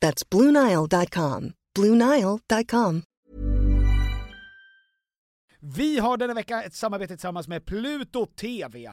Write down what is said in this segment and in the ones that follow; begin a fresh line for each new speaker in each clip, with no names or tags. That's BlueNile.com. BlueNile.com.
Vi har denna vecka ett samarbete tillsammans med Pluto TV.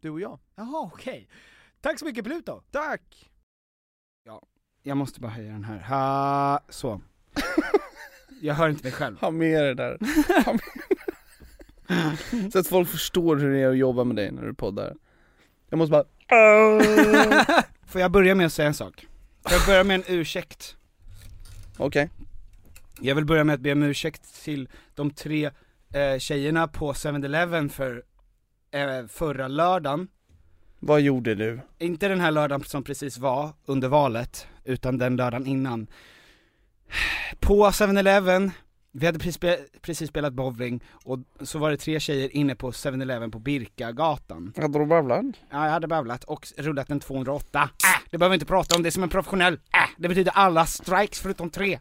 Du och jag.
Jaha, okej. Tack så mycket Pluto!
Tack!
Jag måste bara höja den här, ha, så. Jag hör inte mig själv.
Ha med det där. Ha med- Så att folk förstår hur det är att jobba med dig när du poddar. Jag måste bara...
Får jag börja med att säga en sak? Får jag börja med en ursäkt?
Okej.
Jag vill börja med att be om ursäkt till de tre eh, tjejerna på 7-Eleven för eh, förra lördagen.
Vad gjorde du?
Inte den här lördagen som precis var under valet, utan den lördagen innan. På 7-Eleven, vi hade precis, spe- precis spelat bowling och så var det tre tjejer inne på 7-Eleven på Birkagatan.
Hade du babblat?
Ja, jag hade babblat och rullat en 208. Äh, det behöver vi inte prata om, det är som en professionell. Äh, det betyder alla strikes förutom tre. Äh.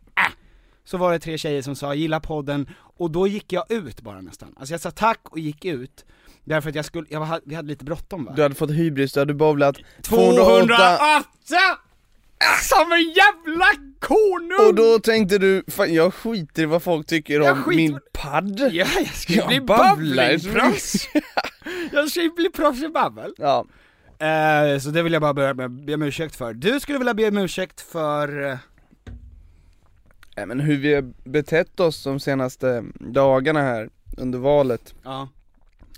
Så var det tre tjejer som sa 'gilla podden' och då gick jag ut bara nästan. Alltså jag sa tack och gick ut, därför att jag skulle, jag var, vi hade lite bråttom va?
Du hade fått hybris, du hade babblat 208.
208! Som en jävla konung!
Och då tänkte du, fan jag skiter i vad folk tycker
Jag
om
skiter-
min padd.
Ja, jag ska ju
Jag
bli
babblar.
bowlingproffs! jag ska ju bli proffs i babbel!
Ja,
Eh, så det vill jag bara börja med att be om ursäkt för. Du skulle vilja be om ursäkt för... eh,
Nej, men hur vi har betett oss de senaste dagarna här under valet.
Ja,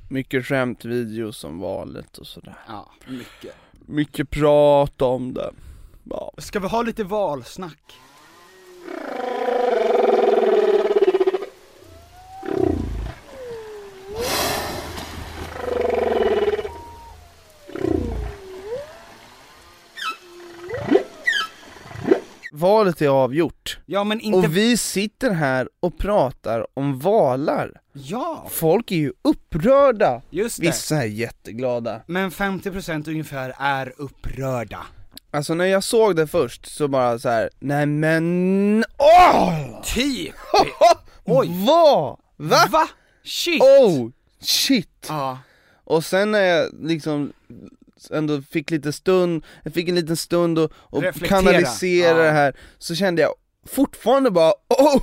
Mycket skämtvideos om valet och sådär.
ja, mycket.
Mycket prat om det. Ja.
Ska vi ha lite valsnack?
Valet är avgjort.
Ja men inte...
Och vi sitter här och pratar om valar.
Ja!
Folk är ju upprörda.
Just det.
Vissa är jätteglada.
Men 50% ungefär är upprörda.
Alltså när jag såg det först så bara så här. nej men åh!
Typ!
Oj! Vad? Va?
Va? Shit!
Oh! Shit!
Ja.
Och sen när jag liksom ändå fick lite stund, jag fick en liten stund och, och
Reflektera.
kanalisera
Ja.
det här, så kände jag fortfarande bara oh!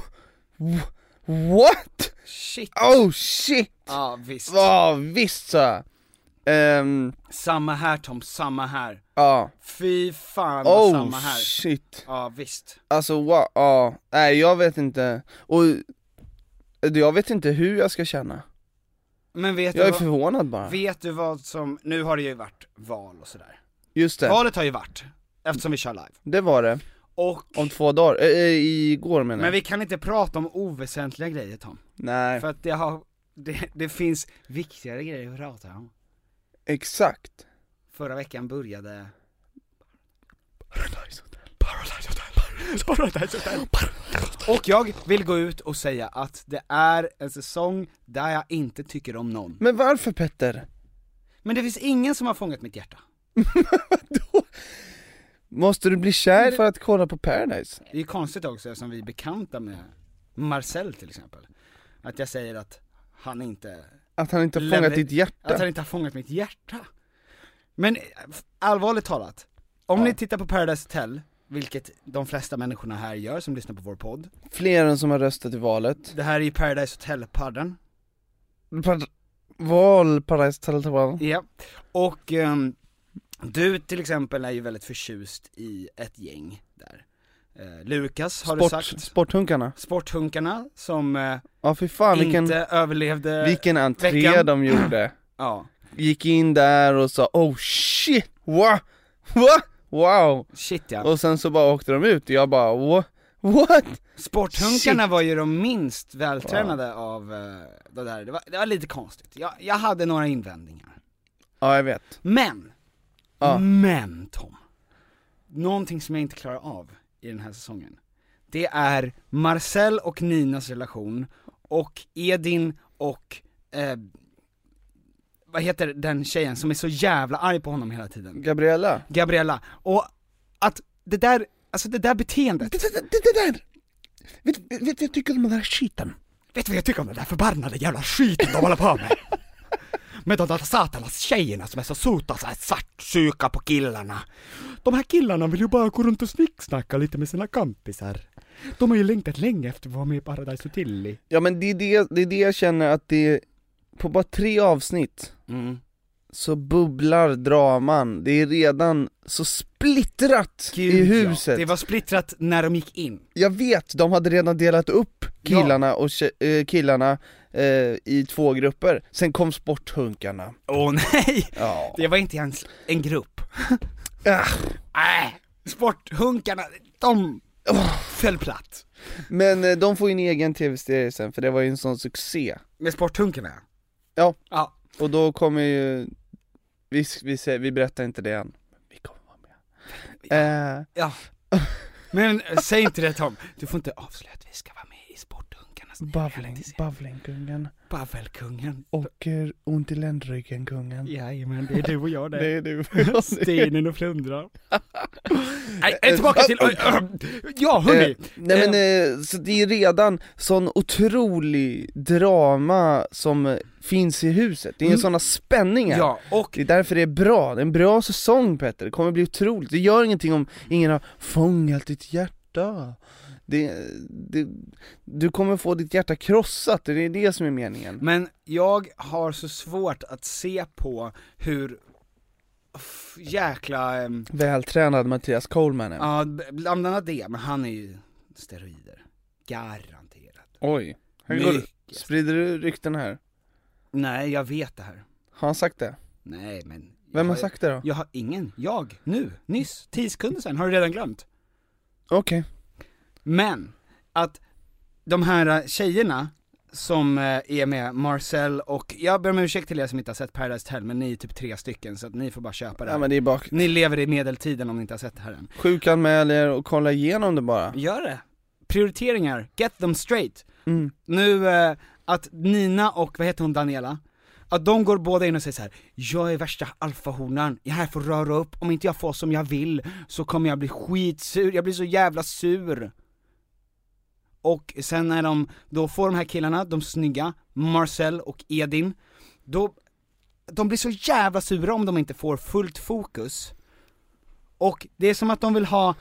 wh- What?
Shit.
Oh shit!
Ja, visst.
Ja visst sa jag! Ehm,
Samma här Tom, samma här.
ja,
Fy fan vad samma
oh
här.
shit,
Ja, visst.
alltså wow, ja, nej jag vet inte, och jag vet inte hur jag ska känna,
Men vet
jag
du,
är
vad,
förvånad bara,
vet du vad som, nu har det ju varit val och sådär.
just det,
Valet har ju varit, eftersom vi kör live.
det var det,
Och,
om två dagar, eh, eh, igår menar jag,
men vi kan inte prata om oväsentliga grejer Tom.
nej,
För att det har, det, det finns viktigare grejer att prata om.
exakt
Förra veckan började
Paradise Hotel.
Och jag vill gå ut och säga att det är en säsong där jag inte tycker om någon.
Men varför Petter?
Men det finns ingen som har fångat mitt hjärta.
Måste du bli kär för att kolla på Paradise?
Det är ju konstigt också eftersom vi är bekanta med Marcel till exempel. Att jag säger att han inte,
Att han inte har
Lämna-
fångat ditt
att han
hjärta?
inte har fångat mitt hjärta. Men eh, allvarligt talat, om ni tittar på Paradise Hotel, vilket de flesta människorna här gör som lyssnar på vår podd.
Fler än som har röstat i valet
Det här är ju Paradise Hotel-padden.
Par- Val Paradise Hotel
Ja, och ehm, du till exempel är ju väldigt förtjust i ett gäng där. Eh, Lukas har du
Sport,
sagt.
Sporthunkarna,
Sporthunkarna som eh,
ja fy fan vilken,
inte överlevde.
vilken entré
veckan.
de gjorde
Ja,
Gick in där och sa oh shit, wow, wow, wow
shit ja.
Och sen så bara åkte de ut och jag bara "Wha- what?
Sporthunkarna
shit.
var ju de minst vältränade av eh, det där. Det var, det var lite konstigt. Jag, jag hade några invändningar.
Ja jag vet, Mm.
Men,
Ja.
men Tom. Någonting som jag inte klarar av i den här säsongen. Det är Marcel och Ninas relation och Edin och, eh, vad heter den tjejen som är så jävla arg på honom hela tiden?
Gabriella
Gabriella. Och att det där, alltså det där beteendet.
Det, det, det, det där! Vet vet- vet du vad jag tycker om den där skiten?
Vet du vad jag tycker om den där förbannade jävla skiten de håller på med? Med de där satanas tjejerna som är så sota så här svartsjuka på killarna. De här killarna vill ju bara gå runt och snicksnacka lite med sina kompisar. De har ju längtat länge efter att vara med i Paradise Hotel.
Ja men det är det, det är det jag känner att det, på bara tre avsnitt
Mm.
så bubblar draman, det är redan så splittrat i huset
Det var splittrat när de gick in.
Jag vet, de hade redan delat upp killarna och tje- eh, killarna eh, i två grupper, sen kom sporthunkarna
Åh nej!
Ja,
Det var inte ens en grupp.
Ah,
Nej! Äh, sporthunkarna, de föll platt.
men eh, de får ju en egen tv-serie sen för det var ju en sån succé
Med sporthunkarna?
Ja.
Ja,
Och då kommer ju, vi, s- vi, säger, vi berättar inte det än Men Vi kommer vara med eh,
Ja. Men eh, säg inte det Tom, du får inte avslöja att vi ska vara med i Sporthunkarnas
Bubbling,
realityserie.
Bubbling-kungen
Bavelkungen.
och eh, ont i ländryggen-kungen
Jajamän, det är du och jag
Det är du
Stenen och flundran. Nej, eh, tillbaka till... oj, eh, Ja
Eh,
hörni!
nej men eh, så det är redan sån otrolig drama som eh, finns i huset, det är
Mm.
såna spänningar
Ja, och
Det är därför det är bra, det är en bra säsong Petter, det kommer bli otroligt, det gör ingenting om ingen har fångat ditt hjärta det, det, Du kommer få ditt hjärta krossat, det är det som är meningen
Men jag har så svårt att se på hur f- jäkla, ehm,
Vältränad Mattias Coleman är
ja b- bland annat det, men han är ju steroider. Garanterat.
Oj, han går,
Mycket.
sprider du rykten här?
Nej, jag vet det här.
Har han sagt det?
Nej men... jag
Vem har sagt det då?
Jag har ingen. Jag. Nu. Nyss. Tio sekunder sen. Har du redan glömt?
Okej,
Men, att de här eh, tjejerna som eh, är med, Marcel och, jag ber om ursäkt till er som inte har sett Paradise Hotel men ni är typ tre stycken så att ni får bara köpa det
ja
här.
men det är bara
Ni lever i medeltiden om ni inte har sett det här än.
Sjukanmäl er och kolla igenom det bara.
Gör det! Prioriteringar, get them straight.
Mm.
Nu, eh, att Nina och, vad heter hon, Daniela? Att de går båda in och säger så här: jag är värsta alfahonan, jag är här för att röra upp, om inte jag får som jag vill så kommer jag bli skitsur, jag blir så jävla sur. Och sen när de då får de här killarna, de snygga, Marcel och Edin, då, de blir så jävla sura om de inte får fullt fokus. Och det är som att de vill ha,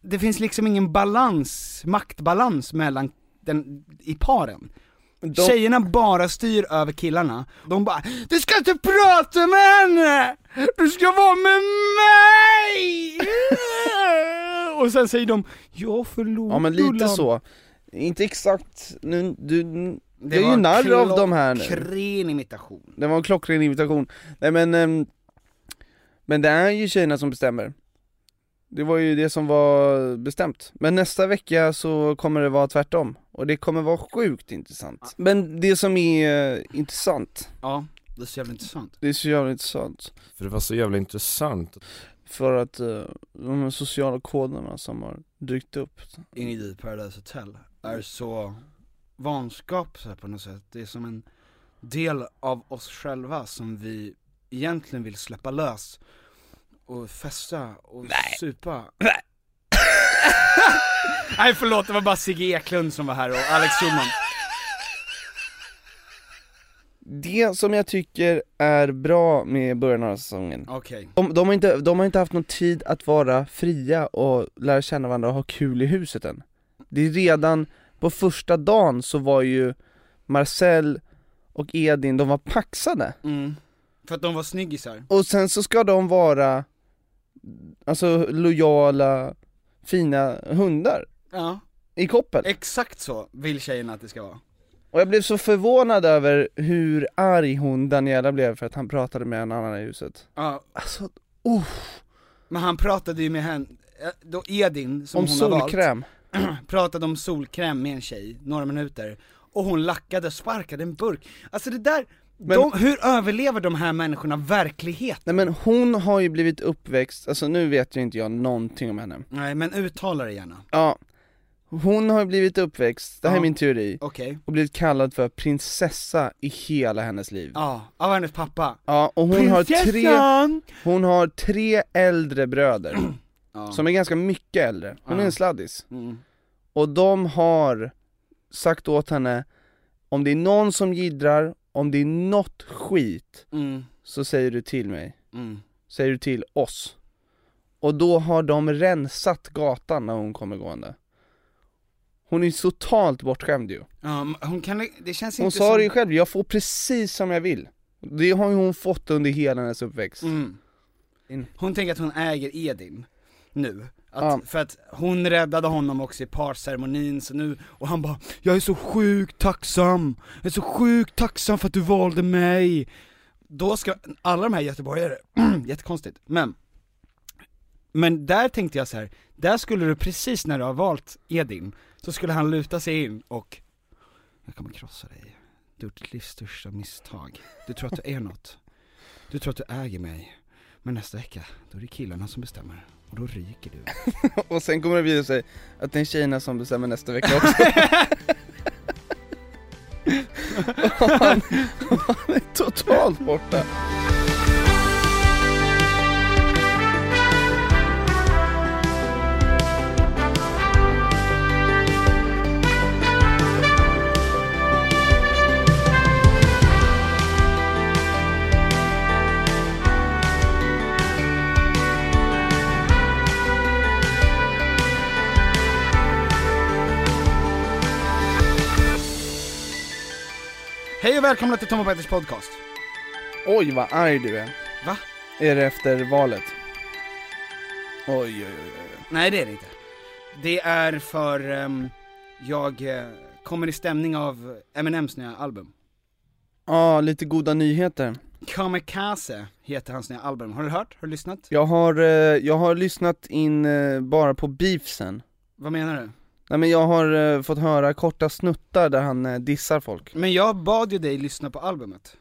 det finns liksom ingen balans, maktbalans mellan den, i paren.
De-
Tjejerna bara styr över killarna, de bara 'Du ska inte prata med henne! Du ska vara med mig!' Och sen säger de 'Jag förlorade
Ja men lite
Lullan."
så. Inte exakt, nu, du,
Det
det är ju
var en
narr av de här nu.
klockren imitation
Det var en klockren invitation. Nej men, ehm, men det är ju tjejerna som bestämmer. Det var ju det som var bestämt. Men nästa vecka så kommer det vara tvärtom. Och det kommer vara sjukt intressant. Men det som är eh, intressant,
Ja, det är så jävla intressant
det är så jävla intressant.
För det var så jävla intressant.
För att eh, de här sociala koderna som har dykt upp.
In i Paradise Hotel
Mm.
är så vanskap så här, på något sätt, det är som en del av oss själva som vi egentligen vill släppa lös och festa och supa Nej förlåt, det var bara Sigge Eklund som var här och Alex Schulman
Det som jag tycker är bra med början av säsongen
Okej,
De, de, har inte, de har inte haft någon tid att vara fria och lära känna varandra och ha kul i huset än. Det är redan på första dagen så var ju Marcel och Edin, de var paxade.
mm. För att de var snyggisar
Och sen så ska de vara, alltså lojala, fina hundar
Ja,
i koppel.
exakt så vill tjejerna att det ska vara
Och jag blev så förvånad över hur arg hon Daniela blev för att han pratade med en annan i huset.
Ja,
Alltså, oh,
men han pratade ju med henne, eh, då Edin som
om
hon har valt
solkräm.
pratade om solkräm med en tjej, några minuter, och hon lackade och sparkade en burk. Alltså det där,
Men-
de, hur överlever de här människorna verkligheten?
Nej men hon har ju blivit uppväxt, alltså nu vet ju inte jag någonting om henne
Nej men uttala det gärna.
Ja, hon har ju blivit uppväxt, det här
Ja.
är min teori,
Okej.
och blivit kallad för prinsessa i hela hennes liv Ja,
Ja, av hennes pappa.
och hon har tre,
Prinsessan!
hon har tre äldre bröder,
Ja.
som är ganska mycket äldre, hon
Ja.
är en sladdis
Mm.
Och de har sagt åt henne, om det är någon som jiddrar, om det är något skit,
Mm.
så säger du till mig
Mm.
säger du till oss. Och då har de rensat gatan när hon kommer gående. Hon är totalt bortskämd ju.
Ja, men hon kan, det känns
Hon
inte
sa
som...
det ju själv, jag får precis som jag vill. Det har ju hon fått under hela hennes uppväxt.
Mm.
In.
Hon tänker att hon äger Edin, nu. Att,
Ja.
För att hon räddade honom också i parceremonin, så nu, och han bara 'Jag är så sjukt tacksam, jag är så sjukt tacksam för att du valde mig' Då ska, alla de här göteborgare, jättekonstigt, men Men där tänkte jag så här. där skulle du precis när du har valt Edin, så skulle han luta sig in och 'Jag kommer krossa dig, du har gjort ditt livs största misstag, du tror att du är något' Du tror att du äger mig, men nästa vecka, då är det killarna som bestämmer. Och då ryker du.
Och sen kommer det visa sig att det är tjejerna som bestämmer nästa vecka också. Och han, han är totalt borta.
Hej och välkomna till Tom och Petters podcast.
Oj vad arg du är.
Va?
Är det efter valet? Oj oj oj. oj.
Nej det är det inte. Det är för ehm, jag eh, kommer i stämning av Eminems nya album.
Ja, ah, lite goda nyheter.
Kamikaze heter hans nya album. Har du hört? Har du lyssnat?
Jag har, eh, jag har lyssnat in eh, bara på beefsen
Vad menar du?
Nej men jag har eh, fått höra korta snuttar där han eh, dissar folk
Men jag bad ju dig lyssna på albumet.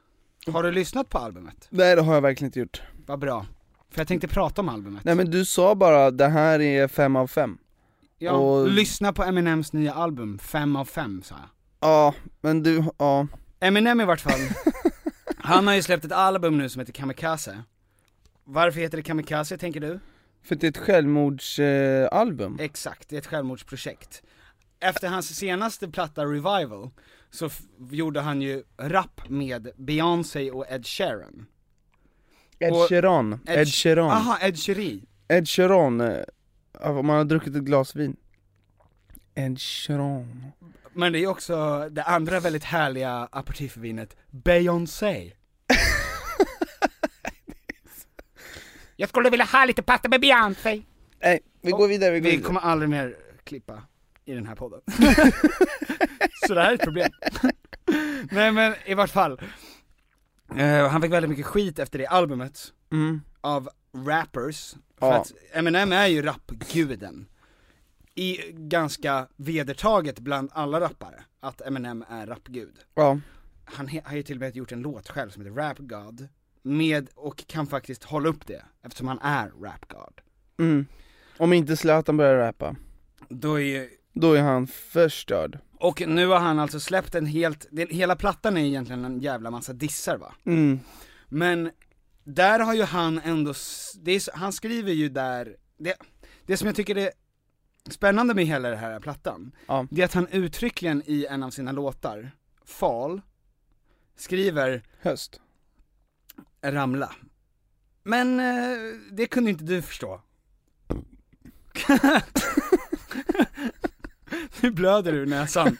Har du lyssnat på albumet?
Nej det har jag verkligen inte gjort
Vad bra. För jag tänkte prata om albumet.
Nej men du sa bara det här är fem av fem
ja,
och-
lyssna på Eminems nya album, 5 av 5 sa jag.
Ja, men du, ja
Eminem i vart fall, han har ju släppt ett album nu som heter Kamikaze Varför heter det Kamikaze tänker du?
För det är ett självmordsalbum eh, album.
Exakt, det är ett självmordsprojekt Efter hans senaste platta Revival, så f- gjorde han ju rap med Beyoncé och Ed Sheeran
Ed
och-
Sheeran,
Ed-
Ed Sheeran,
Aha, Ed Sheeran
Ed Sheeran, eh, om man har druckit ett glas vin Ed Sheeran
Men det är också det andra väldigt härliga aperitifvinet, Beyoncé Jag skulle vilja ha lite pasta med Beyoncé
Nej, vi går vidare, vi går
Vi
vidare.
kommer aldrig mer klippa i den här podden Så det här är ett problem Nej men i vart fall Eh, Han fick väldigt mycket skit efter det albumet
Mm.
av rappers, för
Ja.
att Eminem är ju rappguden I ganska vedertaget bland alla rappare, att Eminem är rappgud
Ja.
Han he- har ju till och med gjort en låt själv som heter Rap God, med, och kan faktiskt hålla upp det, eftersom han är Rap God
Mm. Om inte Zlatan börjar rappa,
Då är ju,
då är han förstörd.
och nu har han alltså släppt en helt, den, hela plattan är egentligen en jävla massa dissar va?
Mm.
Men där har ju han ändå, s- det är, s- han skriver ju där, det, det som jag tycker är spännande med hela den här plattan,
Ja.
det är att han uttryckligen i en av sina låtar, Fall, skriver
Höst.
ramla. Men eh, det kunde inte du förstå. nu blöder du ur näsan.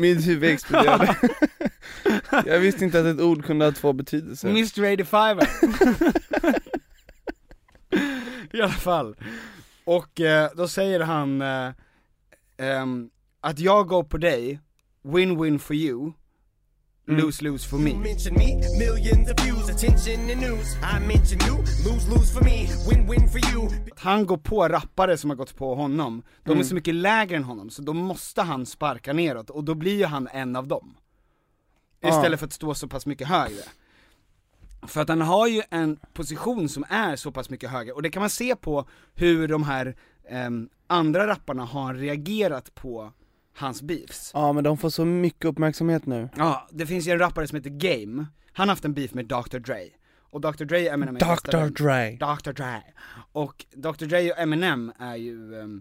Mitt huvud exploderade. Jag visste inte att ett ord kunde ha två betydelser.
Mr 85 I alla fall. Och eh, då säger han eh, ehm, att jag går på dig, win-win for you, lose-lose for me.
Mention me, millions of views, attention and news. I mention you, lose lose for me, win win for you.
Att han går på rappare som har gått på honom, de är så mycket lägre än honom så då måste han sparka neråt och då blir ju han en av dem. Istället för att stå så pass mycket högre. För att han har ju en position som är så pass mycket högre, och det kan man se på hur de här ehm, andra rapparna har reagerat på hans beefs.
Ja men de får så mycket uppmärksamhet nu.
Ja, det finns ju en rappare som heter Game, han har haft en beef med Dr Dre, och Dr Dre är Eminems bästa
Dr
vän.
Dre.
Dr Dre. Och Dr Dre och Eminem är ju ehm,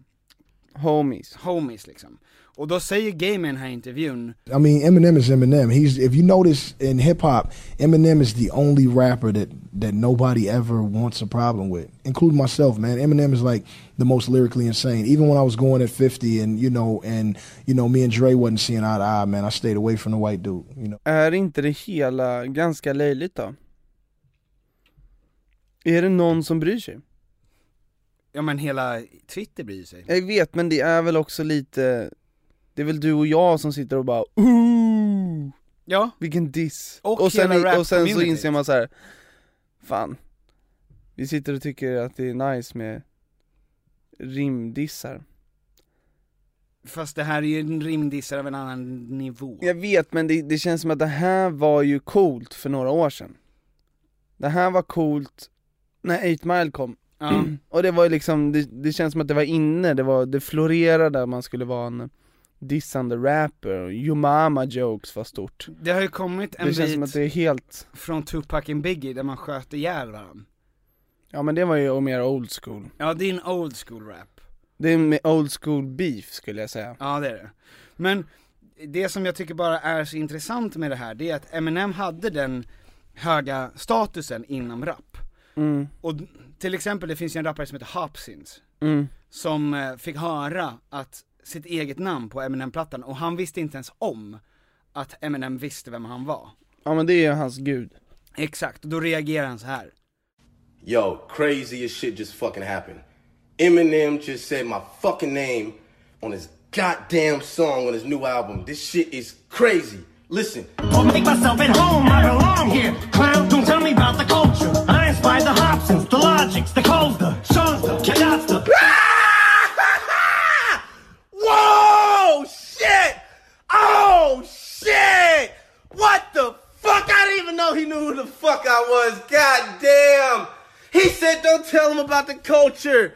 Homies.
homies liksom. Och då säger Game i den här intervjun,
I mean, Eminem is Eminem. He's if you notice in hip hop, Eminem is the only rapper that that nobody ever wants a problem with, including myself. Man, Eminem is like the most lyrically insane. Even when I was going at fifty, and you know, and you know, me and Dre wasn't seeing eye to eye. Man, I stayed away from the white dude. You know,
Är inte det hela ganska löjligt då? Är det någon som bryr sig?
ja men hela Twitter bryr sig.
Jag vet men det är väl också lite, det är väl du och jag som sitter och bara ooh,
Ja,
vilken diss.
Och
sen,
hela
och sen så
rap-communityt.
inser man så här. fan, vi sitter och tycker att det är nice med rimdissar.
fast det här är ju en rimdissare av en annan nivå.
Jag vet men det, det känns som att det här var ju coolt för några år sedan. Det här var coolt när 8 Mile kom.
Ja.
Och det var ju liksom, det, det känns som att det var inne, det, var, det florerade att man skulle vara en dissande rapper, och Yo mama jokes var stort
Det har ju kommit en
Det känns som att
bit
det är helt,
från Tupac and Biggie där man sköt ihjäl varandra.
ja men det var ju mer old school
Ja, det är en old school rap.
Det är med old school beef skulle jag säga
Ja, det är det. Men det som jag tycker bara är så intressant med det här, det är att Eminem hade den höga statusen inom rap.
Mm,
Och till exempel, det finns ju en rappare som heter Hopsins,
mm,
som eh, fick höra att sitt eget namn på Eminem-plattan och han visste inte ens om att Eminem visste vem han var.
ja men det är ju hans gud
Exakt, och då reagerar han så här.
Yo, craziest shit just fucking happened. Eminem just said my fucking name on his goddamn song on his new album. This shit is crazy. Listen. I'll make myself at home. I belong here. Clown, don't tell me about the culture. I inspired the Hobsons, the Logics, the Coles, the Shows, the Chaos, the. Whoa! Shit! Oh shit! What the fuck? I didn't even know he knew who the fuck I was. God damn! He said, "Don't tell him about the culture,"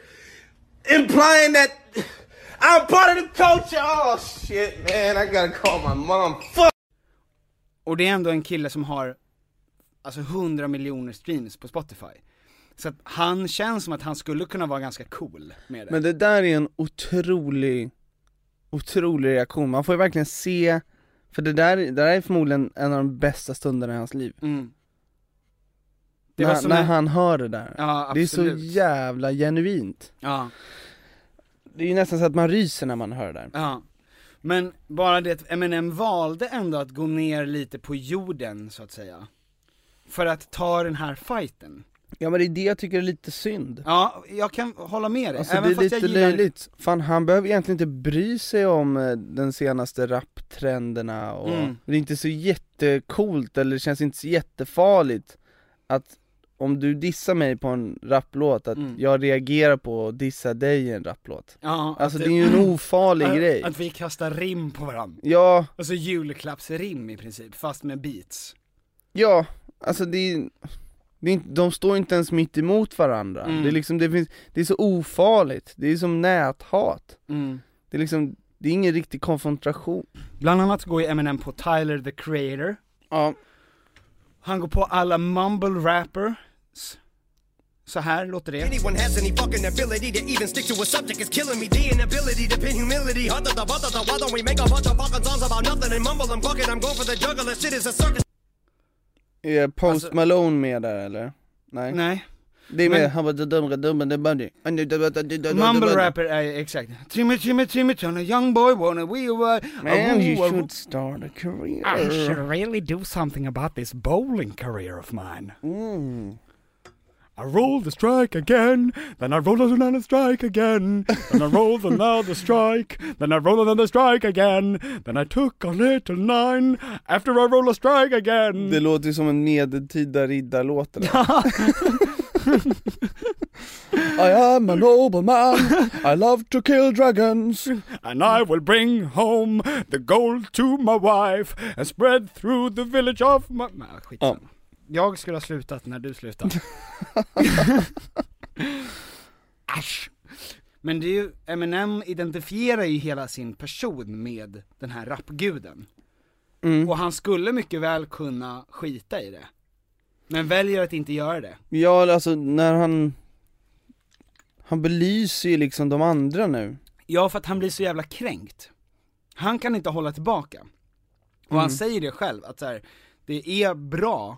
implying that I'm part of the culture. Oh shit, man! I gotta call my mom. Fuck.
Och det är ändå en kille som har, alltså 100 miljoner streams på Spotify. Så att han känns som att han skulle kunna vara ganska cool med det.
Men det där är en otrolig, otrolig reaktion, man får ju verkligen se För det där, det där är förmodligen en av de bästa stunderna i hans liv
mm. Det var
När,
som
när
en-
han hör det där
Ja,
Det är så
absolut.
jävla genuint
Ja,
Det är ju nästan så att man ryser när man hör det där
ja. Men bara det att Eminem valde ändå att gå ner lite på jorden så att säga. För att ta den här fighten.
Ja men det är det jag tycker är lite synd.
Ja, jag kan hålla med dig.
Alltså
Även
det är
fast jag
lite
gillar...
löjligt. Fan han behöver egentligen inte bry sig om eh, den senaste rapptrenderna och
Mm.
det är inte så jättecoolt eller det känns inte så jättefarligt att om du dissar mig på en rapplåt, att jag reagerar på att dissa dig i en rapplåt.
Mm. Ja,
alltså
att
det är ju en ofarlig
att,
grej.
Att vi kastar rim på varandra.
Ja,
Alltså julklappsrim i princip, fast med beats.
Ja, alltså det är, det är inte, de står inte ens mitt emot varandra.
Mm.
Det, är liksom, det, finns, det är så ofarligt, det är som näthat. Det är liksom, det är ingen riktig konfrontation.
Bland annat går ju Eminem på Tyler the Creator.
Ja.
Han går på alla mumble rappers. Så här låter det.
Anyone has any fucking ability to even stick to a subject is killing me. The inability to pin humility. Hunter the butter the why don't we make a bunch of fucking songs about nothing and mumble and fuck it. I'm going for the juggler. Shit is a circus.
Är Post Malone med där eller? Nej.
Alltså- Nej.
Det är med,
Men-
han bara dumma dumma dumma
Mumble rapper är exakt. Trimmy, trimmy, trimmy, turn a young boy wanna Oh, we were...
Man you should start a career.
I should really do something about this bowling career of mine. Mm. I rolled the strike again, then I rolled another strike again, then I rolled another strike, then I rolled another strike again, then I took a little nine after I rolled a strike again.
Det låter ju som en medeltida riddarlåt eller? I am a nobleman, I love to kill dragons
And I will bring home the gold to my wife and spread through the village of my...
Ja.
Jag skulle ha slutat när du slutade. Asch. Men det är ju, Eminem identifierar ju hela sin person med den här rapguden.
Mm.
Och han skulle mycket väl kunna skita i det. Men väljer att inte göra det.
Ja alltså när han Han belyser ju liksom de andra nu
Ja, för att han blir så jävla kränkt. Han kan inte hålla tillbaka. Och han
Mm.
säger det själv, att så här, det är bra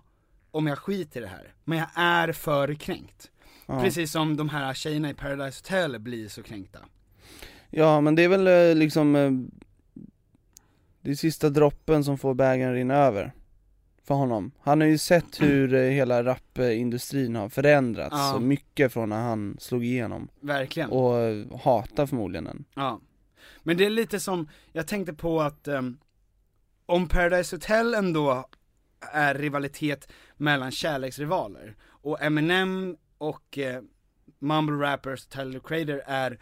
om jag skiter i det här, men jag är för kränkt.
Ja.
Precis som de här tjejerna i Paradise Hotel blir så kränkta.
Ja men det är väl eh, liksom eh, Det är sista droppen som får bägaren rinna över För honom Han har ju sett hur eh, hela rapindustrin har förändrats
Ja.
så mycket från när han slog igenom
Verkligen.
Och eh, hatar förmodligen den
Ja. Men det är lite som, jag tänkte på att ehm, om Paradise Hotel ändå är rivalitet mellan kärleksrivaler och Eminem och eh, Mumble Rappers Tyler the Creator är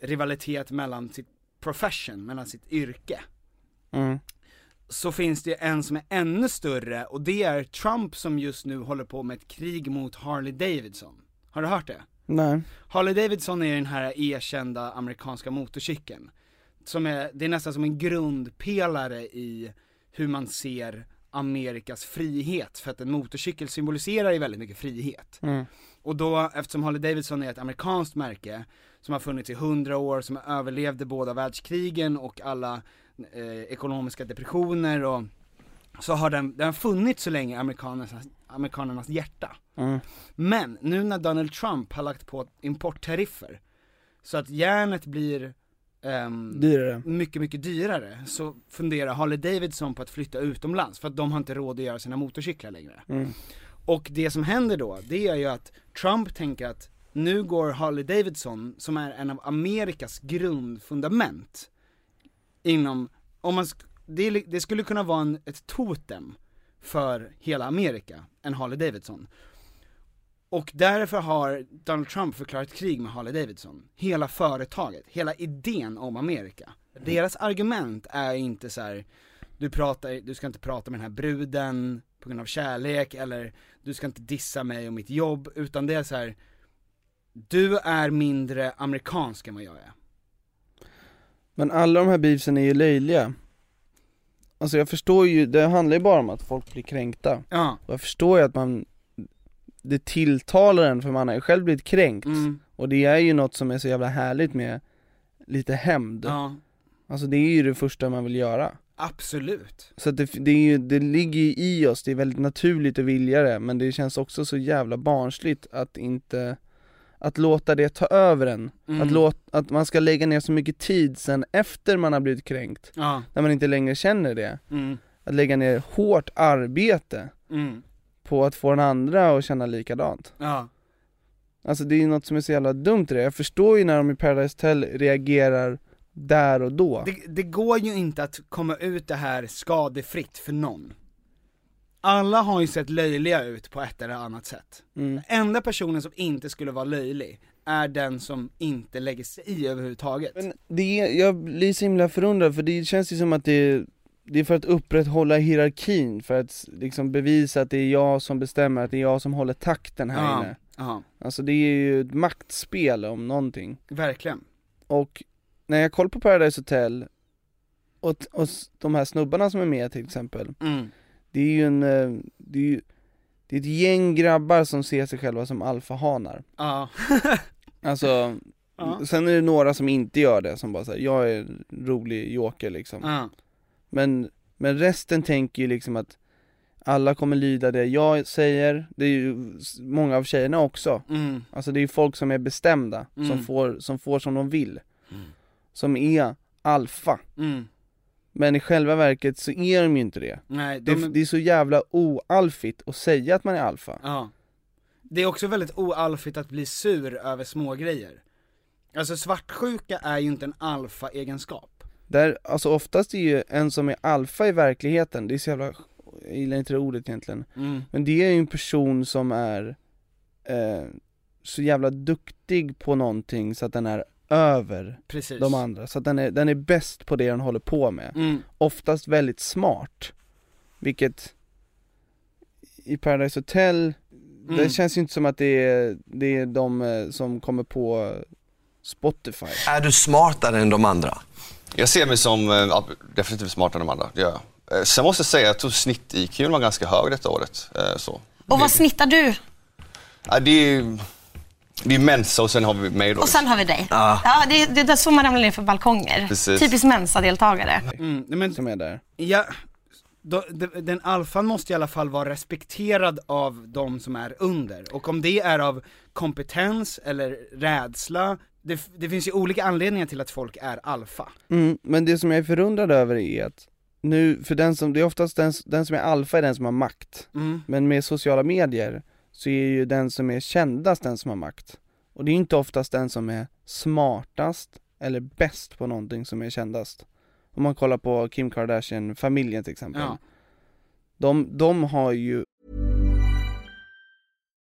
rivalitet mellan sitt profession, mellan sitt yrke.
Mm.
Så finns det en som är ännu större och det är Trump som just nu håller på med ett krig mot Harley Davidson. Har du hört det?
Nej
Harley Davidson är den här erkända amerikanska motorcykeln. Som är, det är nästan som en grundpelare i hur man ser Amerikas frihet, för att en motorcykel symboliserar ju väldigt mycket frihet.
Mm.
Och då, eftersom Harley Davidson är ett amerikanskt märke, som har funnits i hundra år, som överlevde båda världskrigen och alla eh, ekonomiska depressioner och så har den, den har funnits så länge i amerikanernas, amerikanernas hjärta.
Mm.
Men nu när Donald Trump har lagt på importtariffer, så att järnet blir ehm,
Dyrare.
mycket, mycket dyrare, så funderar Harley Davidson på att flytta utomlands för att de har inte råd att göra sina motorcyklar längre.
Mm.
Och det som händer då, det är ju att Trump tänker att nu går Harley Davidson, som är en av Amerikas grundfundament, inom, om man, sk- det, är- det skulle kunna vara en, ett totem för hela Amerika, en Harley Davidson. Och därför har Donald Trump förklarat krig med Harley Davidson, hela företaget, hela idén om Amerika. Deras argument är inte så här, du, pratar, du ska inte prata med den här bruden på grund av kärlek, eller du ska inte dissa mig och mitt jobb, utan det är så här. du är mindre amerikansk än vad jag är.
Men alla de här beefsen är ju löjliga Alltså jag förstår ju, det handlar ju bara om att folk blir kränkta
Ja.
Och jag förstår ju att man Det tilltalar en för man har ju själv blivit kränkt
Mm.
Och det är ju något som är så jävla härligt med lite hämnd
Ja.
Alltså det är ju det första man vill göra
Absolut.
Så att det, det, är ju, det ligger ju i oss, det är väldigt naturligt att vilja det Men det känns också så jävla barnsligt att inte att låta det ta över en.
Mm.
Att, låt, att man ska lägga ner så mycket tid sen efter man har blivit kränkt,
Ja.
när man inte längre känner det.
Mm.
Att lägga ner hårt arbete
Mm.
på att få den andra att känna likadant.
Ja.
Alltså det är ju något som är så jävla dumt i det, jag förstår ju när de i Paradise Hotel reagerar där och då.
Det, det går ju inte att komma ut det här skadefritt för någon. Alla har ju sett löjliga ut på ett eller annat sätt.
Mm.
Enda personen som inte skulle vara löjlig är den som inte lägger sig i överhuvudtaget.
det är, jag blir så himla förundrad för det känns ju som att det, det är för att upprätthålla hierarkin, för att liksom bevisa att det är jag som bestämmer, att det är jag som håller takten här
Ja,
inne.
ja.
Alltså det är ju ett maktspel om någonting.
Verkligen.
Och när jag kollar på Paradise Hotel, och, t- och s- de här snubbarna som är med till exempel,
Mm.
det är ju en, eh, det är ju, det är ett gäng grabbar som ser sig själva som alfahanar.
Ja.
Alltså,
Ja.
sen är det några som inte gör det, som bara säger jag är en rolig joker liksom.
Ja.
Men, men resten tänker ju liksom att alla kommer lyda det jag säger, det är ju s- många av tjejerna också.
Mm.
Alltså det är ju folk som är bestämda,
Mm.
som, får, som får som de vill. Som är alfa.
Mm.
Men i själva verket så är de ju inte det.
Nej,
det,
de
är...
är-
det är så jävla oalfigt att säga att man är alfa.
Ja. Det är också väldigt oalfigt att bli sur över små grejer. Alltså svartsjuka är ju inte en alfa-egenskap.
Där, alltså oftast är ju en som är alfa i verkligheten, det är så jävla, jag gillar inte det ordet egentligen
Mm.
Men det är ju en person som är eh, så jävla duktig på någonting så att den är över
Precis.
de andra, så att den är, den är bäst på det den håller på med
Mm.
Oftast väldigt smart, vilket i Paradise Hotel,
Mm.
det känns ju inte som att det är, det är de eh, som kommer på Spotify
Är du smartare än de andra?
Jag ser mig som eh, ja, definitivt smartare än de andra, det gör jag. Eh, Sen måste jag säga att jag tror snitt-IQ var ganska hög detta året. eh, Så.
Och vad snittar du?
Ja, det är ju det är Mensa och sen har vi mig då.
Och sen har vi dig.
Ah.
Ja.
Ja, det, det är där så man ramlar ner för balkonger.
Precis.
Typiskt Mensa-deltagare.
Mm, nej men,
som är där
Ja, då, de- den alfan måste i alla fall vara respekterad av de som är under, och om det är av kompetens eller rädsla, det, f- det finns ju olika anledningar till att folk är alfa.
Mm, men det som jag är förundrad över är att nu, för den som, det är oftast den, den som är alfa är den som har makt.
Mm.
Men med sociala medier så är ju den som är kändast den som har makt. Och det är ju inte oftast den som är smartast eller bäst på någonting som är kändast. Om man kollar på Kim Kardashian-familjen till exempel.
Ja.
De, de har ju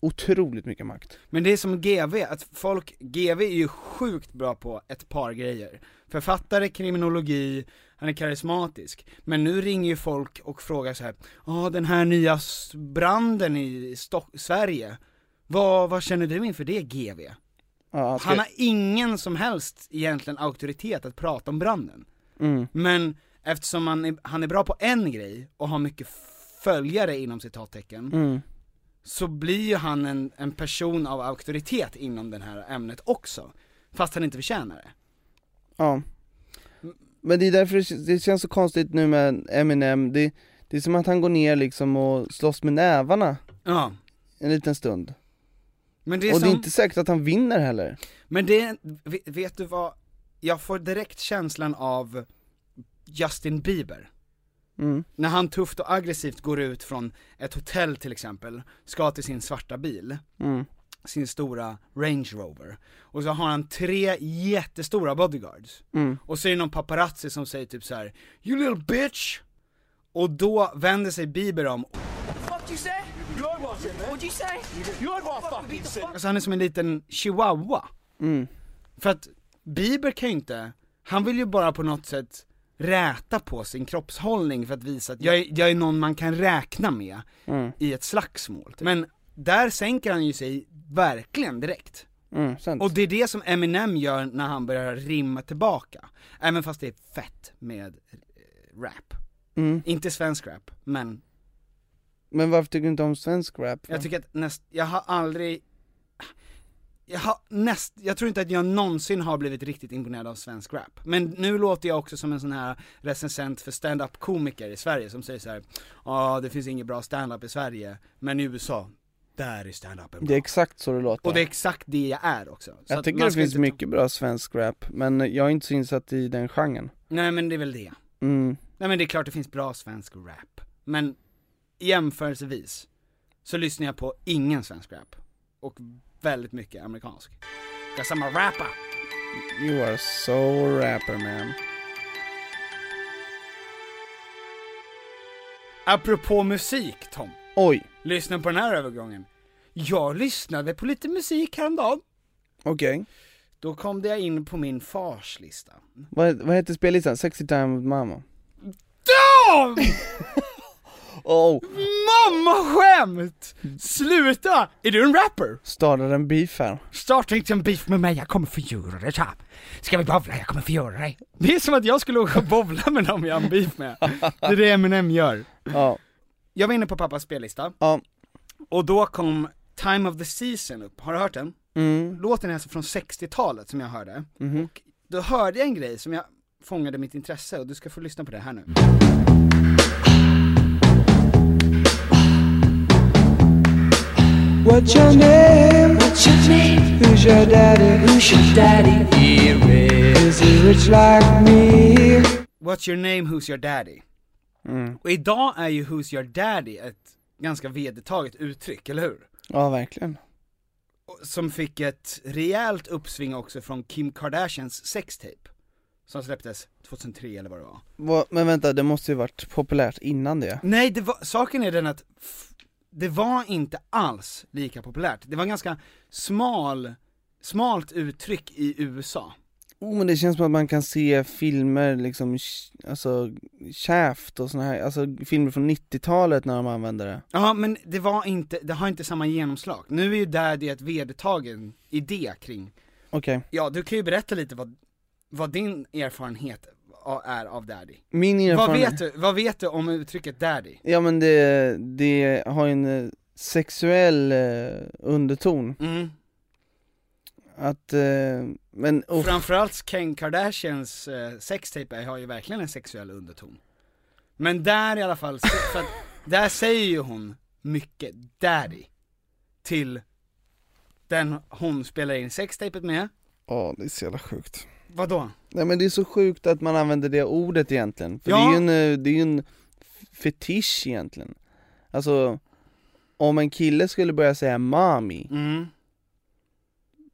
Otroligt mycket makt.
Men det är som GV, att folk, GV är ju sjukt bra på ett par grejer. Författare, kriminologi, han är karismatisk. Men nu ringer ju folk och frågar så här, ja den här nya s- branden i Stock- Sverige, vad, vad känner du inför det GV?
Ja,
Han har ingen som helst egentligen auktoritet att prata om branden.
Mm.
Men eftersom han är, han är bra på en grej och har mycket följare inom citattecken,
Mm.
så blir ju han en, en person av auktoritet inom det här ämnet också. Fast han inte förtjänar det.
Ja. Men det är därför det kän- det känns så konstigt nu med Eminem, det, det är som att han går ner liksom och slåss med nävarna
Ja.
en liten stund.
Men det är
och det är
som-
inte säkert att han vinner heller.
Men det, ve- vet du vad, jag får direkt känslan av Justin Bieber.
Mm.
När han tufft och aggressivt går ut från ett hotell till exempel, ska till sin svarta bil.
Mm.
sin stora Range Rover och så har han tre jättestora bodyguards
Mm.
och så är det någon paparazzi som säger typ så här: You little bitch! Och då vänder sig Bieber om,
fuck you say? You heard what I said, man. What'd you say? You heard what I fucking said.
alltså han är som en liten chihuahua
Mm.
För att Bieber kan ju inte, han vill ju bara på något sätt räta på sin kroppshållning för att visa att jag är, jag är någon man kan räkna med
Mm.
i ett slagsmål typ. Men där sänker han ju sig verkligen direkt
Mm, sant.
Och det är det som Eminem gör när han börjar rimma tillbaka, även fast det är fett med eh, rap.
Mm.
Inte svensk rap, men
Men varför tycker du inte om svensk rap?
jag tycker att näst, jag har aldrig, jag har näst, jag tror inte att jag någonsin har blivit riktigt imponerad av svensk rap. Men nu låter jag också som en sån här recensent för stand-up komiker i Sverige som säger så här: ja det finns inget bra stand-up i Sverige, men i USA, där är stand-upen
Det är exakt så det låter.
Och det är exakt det jag är också. Så
jag
att
tycker
man
det
ska
finns
inte-
mycket bra svensk rap, men jag är inte så insatt i den genren.
Nej men det är väl det.
Mm.
Nej men det är klart det finns bra svensk rap, men jämförelsevis så lyssnar jag på ingen svensk rap och väldigt mycket amerikansk. Jag samma rappa!
You are so rapper man.
Apropå musik Tom,
Oj,
lyssna på den här övergången. Jag lyssnade på lite musik häromdagen.
okej.
Då kom jag in på min fars lista.
Vad, vad heter spellistan? Sexy time with mamma?
Tom!
Oh!
Mammaskämt! Sluta! Är du en rapper?
Startade en beef här.
Starta inte en beef med mig, jag kommer förgöra dig tja. Ska vi bowla? Jag kommer förgöra dig. Det är som att jag skulle åka och bowla med någon jag har en beef med. Det är det Eminem gör.
Ja.
Jag var inne på pappas spellista.
Ja.
Och då kom Time of the Season upp, har du hört den?
Mm.
Låten är alltså från 60-talet som jag hörde.
Mhm.
Då hörde jag en grej som jag fångade mitt intresse och du ska få lyssna på det här nu.
What's your name? What's your name? Who's your daddy? Who's your daddy? Here is he rich like me?
What's your name, who's your daddy?
Mm.
Och idag är ju Who's your daddy ett ganska vedertaget uttryck, eller hur?
Ja, verkligen.
som fick ett rejält uppsving också från Kim Kardashians sextape Som släpptes 2003 eller vad det var
Vad- Men vänta, det måste ju varit populärt innan det.
Nej, det var, saken är den att f- det var inte alls lika populärt. Det var ganska smal, smalt uttryck i USA.
Oh, men det känns som att man kan se filmer liksom, sh- alltså Shaft och såna här, alltså filmer från 90-talet när de använder det.
Ja men det var inte, det har inte samma genomslag. Nu är ju där det ett vedertagen idé kring,
Okej.
ja du kan ju berätta lite vad, vad din erfarenhet a- är av daddy.
Min
Vad
erfarenhet...
vet, du, vad vet du om uttrycket daddy?
Ja men det, det har ju en eh, sexuell eh, underton.
Mm.
Att, eh, men uff.
Framförallt Ken Kardashians eh, sextape har ju verkligen en sexuell underton. Men där i alla fall, för att där säger ju hon mycket daddy till den hon spelar in sextapet med.
Ja, det är så jävla sjukt.
Vadå?
Nej men det är så sjukt att man använder det ordet egentligen, för
Ja.
det är ju en, eh, det är ju en f- fetisch egentligen. Alltså, om en kille skulle börja säga mami,
Mm.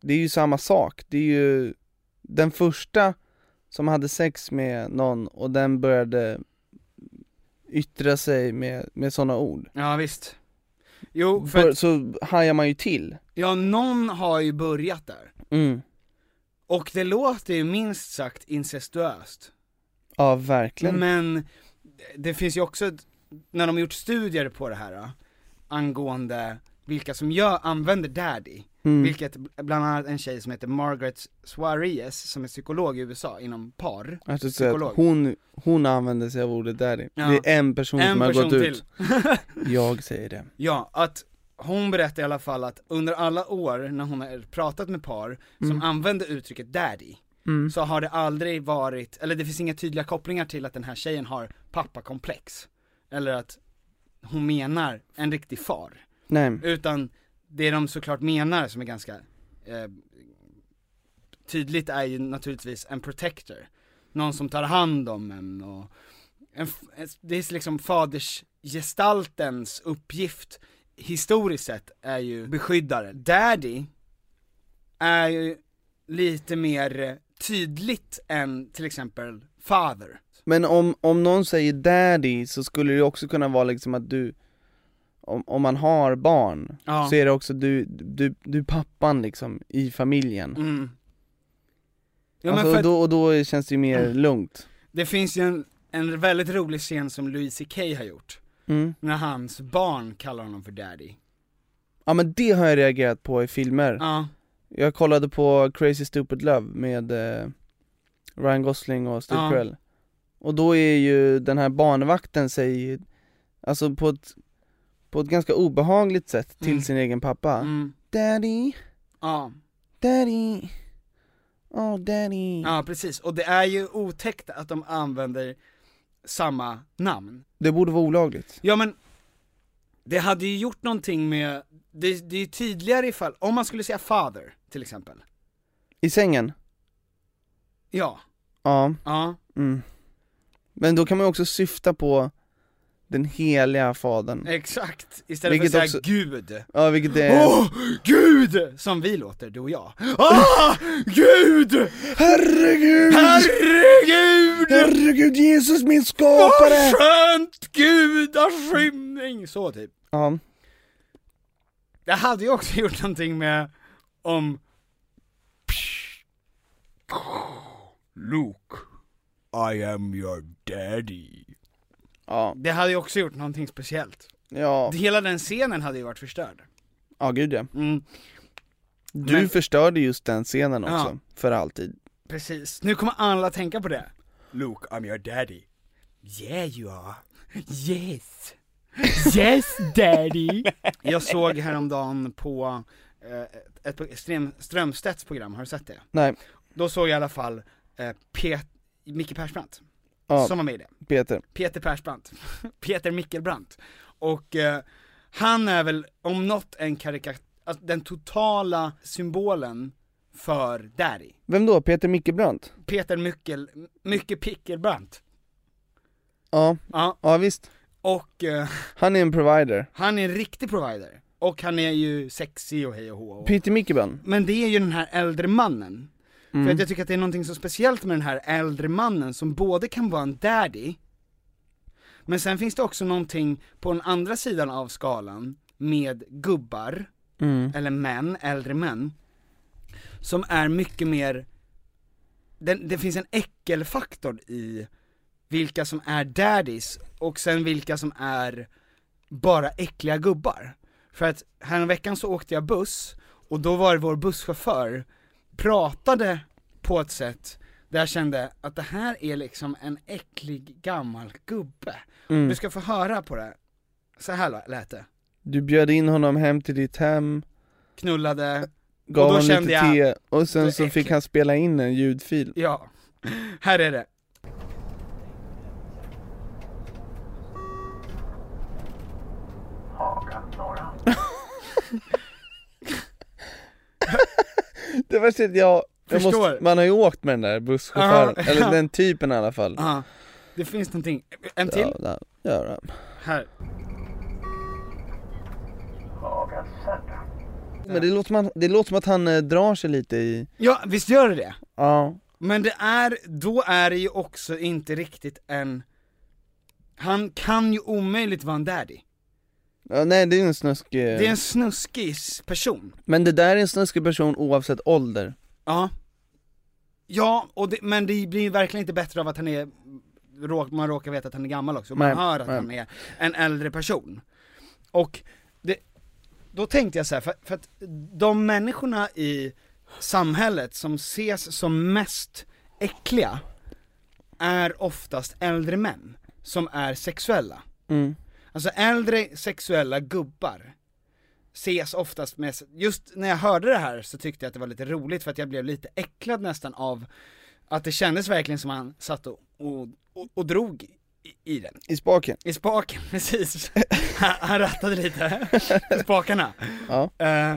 det är ju samma sak, det är ju den första som hade sex med någon och den började yttra sig med, med sådana ord.
Ja visst. Jo, för
För...
att,
Så hajar man ju till.
ja någon har ju börjat där.
Mm.
Och det låter ju minst sagt incestuöst.
Ja, verkligen.
Men det finns ju också, ett- när de har gjort studier på det här då, angående vilka som gör, använder daddy,
Mm.
vilket bland annat en tjej som heter Margaret Suarez som är psykolog i USA inom par,
Jag skulle säga att hon, hon använder sig av ordet daddy.
Ja.
Det är en person
En
som har
person
gått
till.
ut. Jag säger det.
Ja, att hon berättar i alla fall att under alla år när hon har pratat med par som
Mm.
använder uttrycket daddy,
Mm.
så har det aldrig varit, eller det finns inga tydliga kopplingar till att den här tjejen har pappakomplex. Eller att hon menar en riktig far.
Nej.
Utan det de såklart menar som är ganska eh, tydligt är ju naturligtvis en protector. Någon som tar hand om en och en, f- en, det är liksom fadersgestaltens uppgift historiskt sett är ju beskyddare. Daddy är ju lite mer tydligt än till exempel father.
Men om, om någon säger daddy så skulle det också kunna vara liksom att du om, om man har barn
Ja.
så är det också du, du, du är pappan liksom i familjen.
Mm. Ja, men
alltså,
för
och,
att-
då, och då känns det ju mer
Mm.
lugnt.
Det finns ju en, en väldigt rolig scen som Louis CK har gjort,
Mm.
när hans barn kallar honom för daddy.
Ja men det har jag reagerat på i filmer.
Ja.
Jag kollade på Crazy Stupid Love med eh, Ryan Gosling och Steve
Ja.
Carell. Och då är ju den här barnvakten sig, alltså på ett, på ett ganska obehagligt sätt till
Mm.
sin egen pappa.
Mm.
Daddy,
Ja.
daddy, oh daddy.
ja, precis. Och det är ju otäckt att de använder samma namn.
Det borde vara olagligt.
Ja men, det hade ju gjort någonting med, det, det är ju tydligare ifall, om man skulle säga father till exempel.
I sängen?
Ja,
Ja.
ja,
Mm. Men då kan man ju också syfta på den heliga
Eh.
fadern.
exakt. Istället
Vilket
för att
också- Eh.
säga gud.
Ja, vilket det är...
Åh, gud! Som vi låter, du och jag. Ah, gud!
Herregud!
Herregud!
Herregud, Jesus min
Vad
skapare!
skönt gudars skymning! Så typ.
Ja.
Det hade ju också gjort någonting med om Luke, I am your daddy.
Ja.
Det hade ju också gjort någonting speciellt.
Ja.
Hela den scenen hade ju varit förstörd.
Ja, gud ja.
Mm.
Du
Men-
förstörde just den scenen
Ja.
också, för alltid.
Precis, nu kommer alla tänka på det. Luke, I'm your daddy. Yeah you are. Yes. Yes daddy. Jag såg häromdagen på eh, ett- ett extrem, Strömstedts program, har du sett det?
Nej,
Då såg jag i alla fall eh, Pet, Micke Persbrandt,
Ja.
som var med i det.
Peter.
Peter Persbrandt, Peter Mickelbrandt. Och eh, han är väl om något en karikatyr, alltså den totala symbolen för daddy.
Vem då? Peter Mickebrandt?
Peter Myckel, Mycke Pickelbrandt.
Ja.
Ja.
ja, visst.
Och eh,
Han är en provider.
han är en riktig provider. Och han är ju sexig och hej och hå. och-
Peter Mickebrandt?
Men det är ju den här äldre mannen.
Mm.
För att jag tycker att det är någonting så speciellt med den här äldre mannen som både kan vara en daddy, men sen finns det också någonting på den andra sidan av skalan med gubbar,
Mm.
eller män, äldre män, som är mycket mer, den, det finns en äckelfaktor i vilka som är daddies och sen vilka som är bara äckliga gubbar. För att häromveckan så åkte jag buss och då var det vår busschaufför pratade på ett sätt där jag kände att det här är liksom en äcklig gammal gubbe.
Mm.
Du ska få höra på det. Så här lät det.
Du bjöd in honom hem till ditt hem,
Knullade,
gav
och då
honom
kände
lite
jag,
te och sen
det
så
är
fick han spela in en ljudfil.
ja, här är det.
Det var att jag, jag måste,
Förstår.
man har ju åkt med den där busschauffören,
Ja,
eller
ja.
den typen i alla fall.
Ja, Ah. det finns någonting. En till?
Mm. Ja, där, där.
Här.
Men det låter, man, det låter som att han eh, drar sig lite i,
Ja, visst gör det det?
ja,
Men det är, då är det ju också inte riktigt en, han kan ju omöjligt vara en daddy.
ja nej det är en snusk eh,
Det är en snuskis person.
Men det där är en snuskig person oavsett ålder.
Ja. Ja, och det, men det blir ju verkligen inte bättre av att han är, råk, man råkar veta att han är gammal också, man
Nej,
hör att
nej.
han är en äldre person. Och det, då tänkte jag så här, för, för att de människorna i samhället som ses som mest äckliga är oftast äldre män som är sexuella.
Mm.
Alltså äldre sexuella gubbar ses oftast med, just när jag hörde det här så tyckte jag att det var lite roligt för att jag blev lite äcklad nästan av att det kändes verkligen som han satt och, och, och, och drog i, i den.
I spaken?
I spaken, precis. Han, han rattade lite, i spakarna.
Ja.
Eh,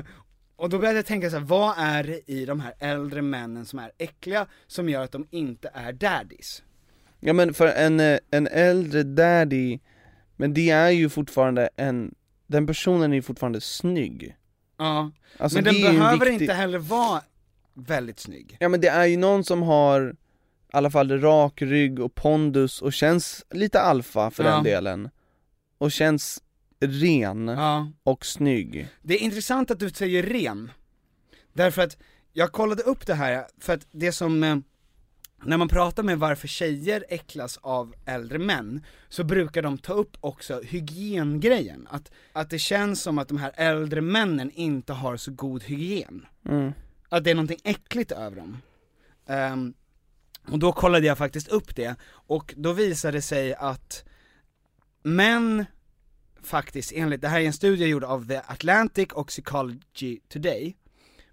och då började jag tänka så här, vad är det i de här äldre männen som är äckliga som gör att de inte är daddies?
Ja men för en, eh, en äldre daddy, men det är ju fortfarande en, den personen är ju fortfarande snygg.
Ja,
Alltså,
men den
det är ju en
behöver
viktig-
inte heller vara väldigt snygg.
Ja men det är ju någon som har, i alla fall rak rygg och pondus och känns lite alfa för
Ja.
den delen. Och känns ren
Ja.
och snygg.
Det är intressant att du säger ren, därför att jag kollade upp det här, för att det som, eh, när man pratar med varför tjejer äcklas av äldre män, så brukar de ta upp också hygiengrejen, att, att det känns som att de här äldre männen inte har så god hygien.
Mm.
Att det är någonting äckligt över dem. Ehm, och då kollade jag faktiskt upp det, och då visade det sig att män faktiskt, enligt, det här är en studie gjord av The Atlantic och Psychology Today,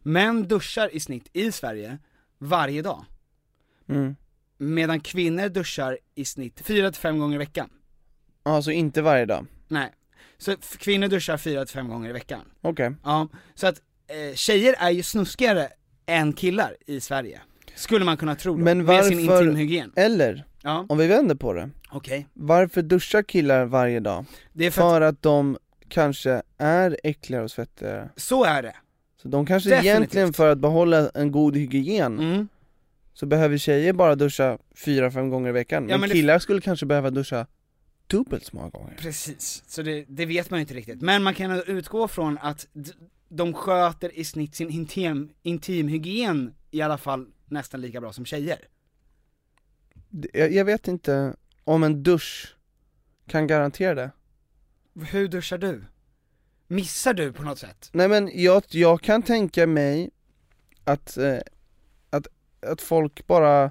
män duschar i snitt i Sverige varje dag,
Mm.
medan kvinnor duschar i snitt 4-5 gånger i veckan.
Alltså inte varje dag.
Nej. Så f- kvinnor duschar 4-5 gånger i veckan.
Okej.
Ja, så att eh, tjejer är ju snuskigare än killar i Sverige. Skulle man kunna tro då,
Men
med sin
varför-
intimhygien.
Eller,
Ja,
om vi vänder på det.
okej.
Varför duschar killar varje dag?
Det är för
för,
att-
att de kanske är äckligare och svettigare.
Så är det.
Så de kanske
Definitivt. Mm.
egentligen för att behålla en god hygien så behöver tjejer bara duscha fyra fem gånger i veckan.
Ja,
men,
men det-
killar skulle kanske behöva duscha dubbelt så många gånger.
Precis, så det, det vet man ju inte riktigt. Men man kan utgå från att d- de sköter i snitt sin intim, intimhygien i alla fall nästan lika bra som tjejer.
Det- Jag, jag vet inte om en dusch kan garantera det.
Hur duschar du? Missar du på något sätt?
Nej men jag, jag kan tänka mig att, eh, att, att folk bara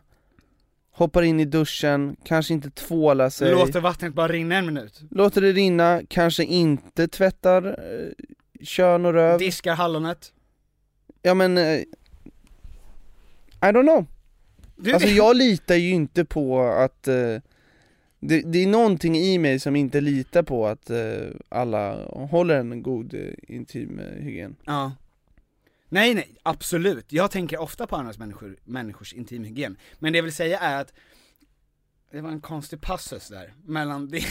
hoppar in i duschen, kanske inte tvålar sig
Låter vattnet bara rinna en minut?
Låter det rinna, kanske inte tvättar eh, kön och röv.
Diskar hallonet?
Ja men, eh, I don't know.
Du-
Alltså jag litar ju inte på att, eh, det, det är någonting i mig som inte litar på att eh, alla håller en god eh, intim eh, hygien.
Ja. Nej nej, absolut. Jag tänker ofta på andras människor, människors intimhygien. Men det jag vill säga är att det var en konstig passus där, mellan det,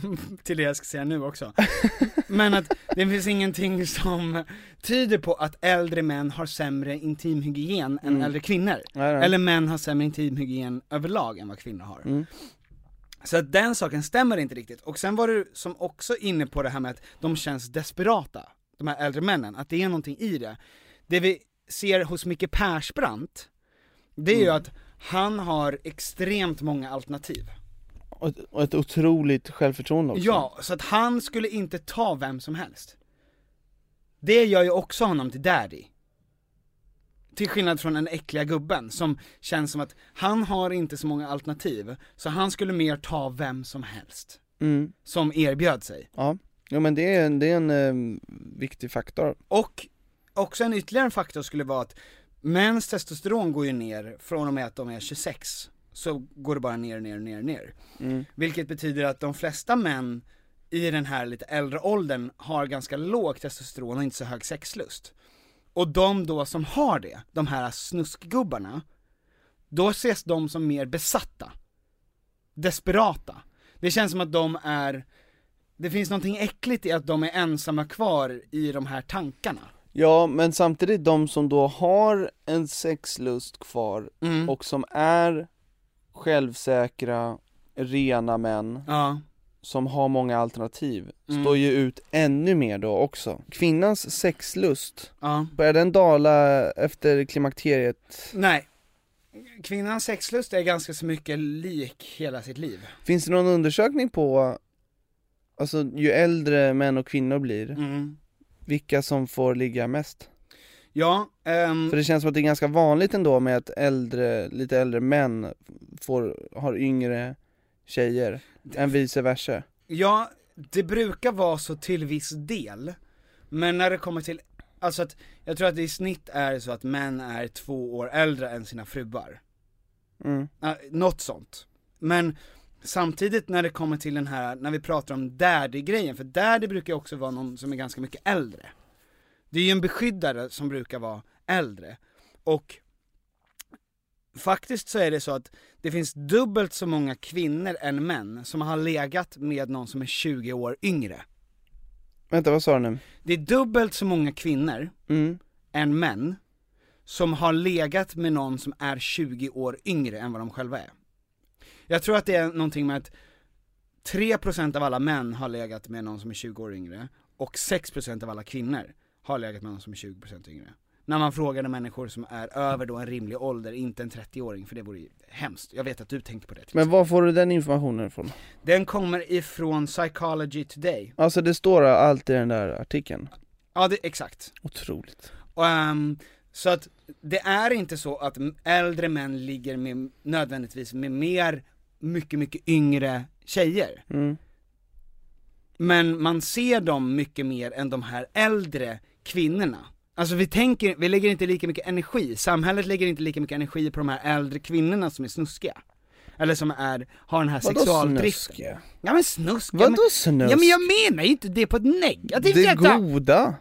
till det jag ska säga nu också. Men att det finns ingenting som tyder på att äldre män har sämre intimhygien än
Mm.
äldre kvinnor.
Nej, nej.
Eller män har sämre intimhygien överlag än vad kvinnor har.
Mm.
Så att den saken stämmer inte riktigt, och sen var du som också inne på det här med att de känns desperata, de här äldre männen, att det är någonting i det. Det vi ser hos Micke Persbrandt, det är ju att han har extremt många alternativ.
Och ett, och ett otroligt självförtroende också.
Ja, så att han skulle inte ta vem som helst. Det gör ju också honom till daddy. Till skillnad från den äckliga gubben som känns som att han har inte så många alternativ, så han skulle mer ta vem som helst.
Mm.
Som erbjöd sig.
Ja, ja men det är, en- det är en eh, viktig faktor.
Och också en ytterligare faktor skulle vara att mäns testosteron går ju ner från och med att de är 26, så går det bara ner, ner, ner, ner.
Mm.
Vilket betyder att de flesta män i den här lite äldre åldern har ganska lågt testosteron och inte så hög sexlust. Och de då som har det, de här snuskgubbarna, då ses de som mer besatta. Desperata. Det känns som att de är, det finns någonting äckligt i att de är ensamma kvar i de här tankarna.
Ja, men samtidigt de som då har en sexlust kvar
Mm.
och som är självsäkra, rena män
Ja.
som har många alternativ,
Mm.
står ju ut ännu mer då också. Kvinnans sexlust,
Ja.
börjar den dala efter klimakteriet?
Nej. Kvinnans sexlust är ganska så mycket lik hela sitt liv.
Finns det någon undersökning på, alltså ju äldre män och kvinnor blir,
Mm.
vilka som får ligga mest?
Ja, ehm,
För det känns som att det är ganska vanligt ändå med att äldre, lite äldre män får, har yngre tjejer, än vice versa.
Ja, det brukar vara så till viss del. Men när det kommer till, alltså att, jag tror att det i snitt är så att män är två år äldre än sina fruar.
Mm.
Ja, något sånt. Men samtidigt när det kommer till den här, när vi pratar om daddy-grejen, för daddy brukar ju också vara någon som är ganska mycket äldre. Det är ju en beskyddare som brukar vara äldre. Och faktiskt så är det så att det finns dubbelt så många kvinnor än män som har legat med någon som är 20 år yngre.
Vänta, vad sa du nu?
Det är dubbelt så många kvinnor
Mm.
än män som har legat med någon som är 20 år yngre än vad de själva är. Jag tror att det är någonting med att 3% av alla män har legat med någon som är 20 år yngre och 6% av alla kvinnor har legat med någon som är 20% yngre. När man frågade människor som är över då en rimlig ålder, inte en 30-åring, för det vore ju hemskt. Jag vet att du tänker på det.
Men var får du den informationen ifrån?
Den kommer ifrån Psychology Today.
Alltså det står alltid i den där artikeln.
Ja, det, exakt.
Otroligt.
Och, ehm, så att det är inte så att m- äldre män ligger med, nödvändigtvis med mer, mycket, mycket yngre tjejer.
Mm.
Men man ser dem mycket mer än de här äldre kvinnorna. Alltså vi tänker, vi lägger inte lika mycket energi, samhället lägger inte lika mycket energi på de här äldre kvinnorna som är snuskiga. Eller som är, har den här
Vadå
sexualdriften.
snuskiga?
Ja men snuskiga,
Vadå
men-
snusk?
Ja men jag menar ju inte det på ett negativt
Det
sätt!
goda!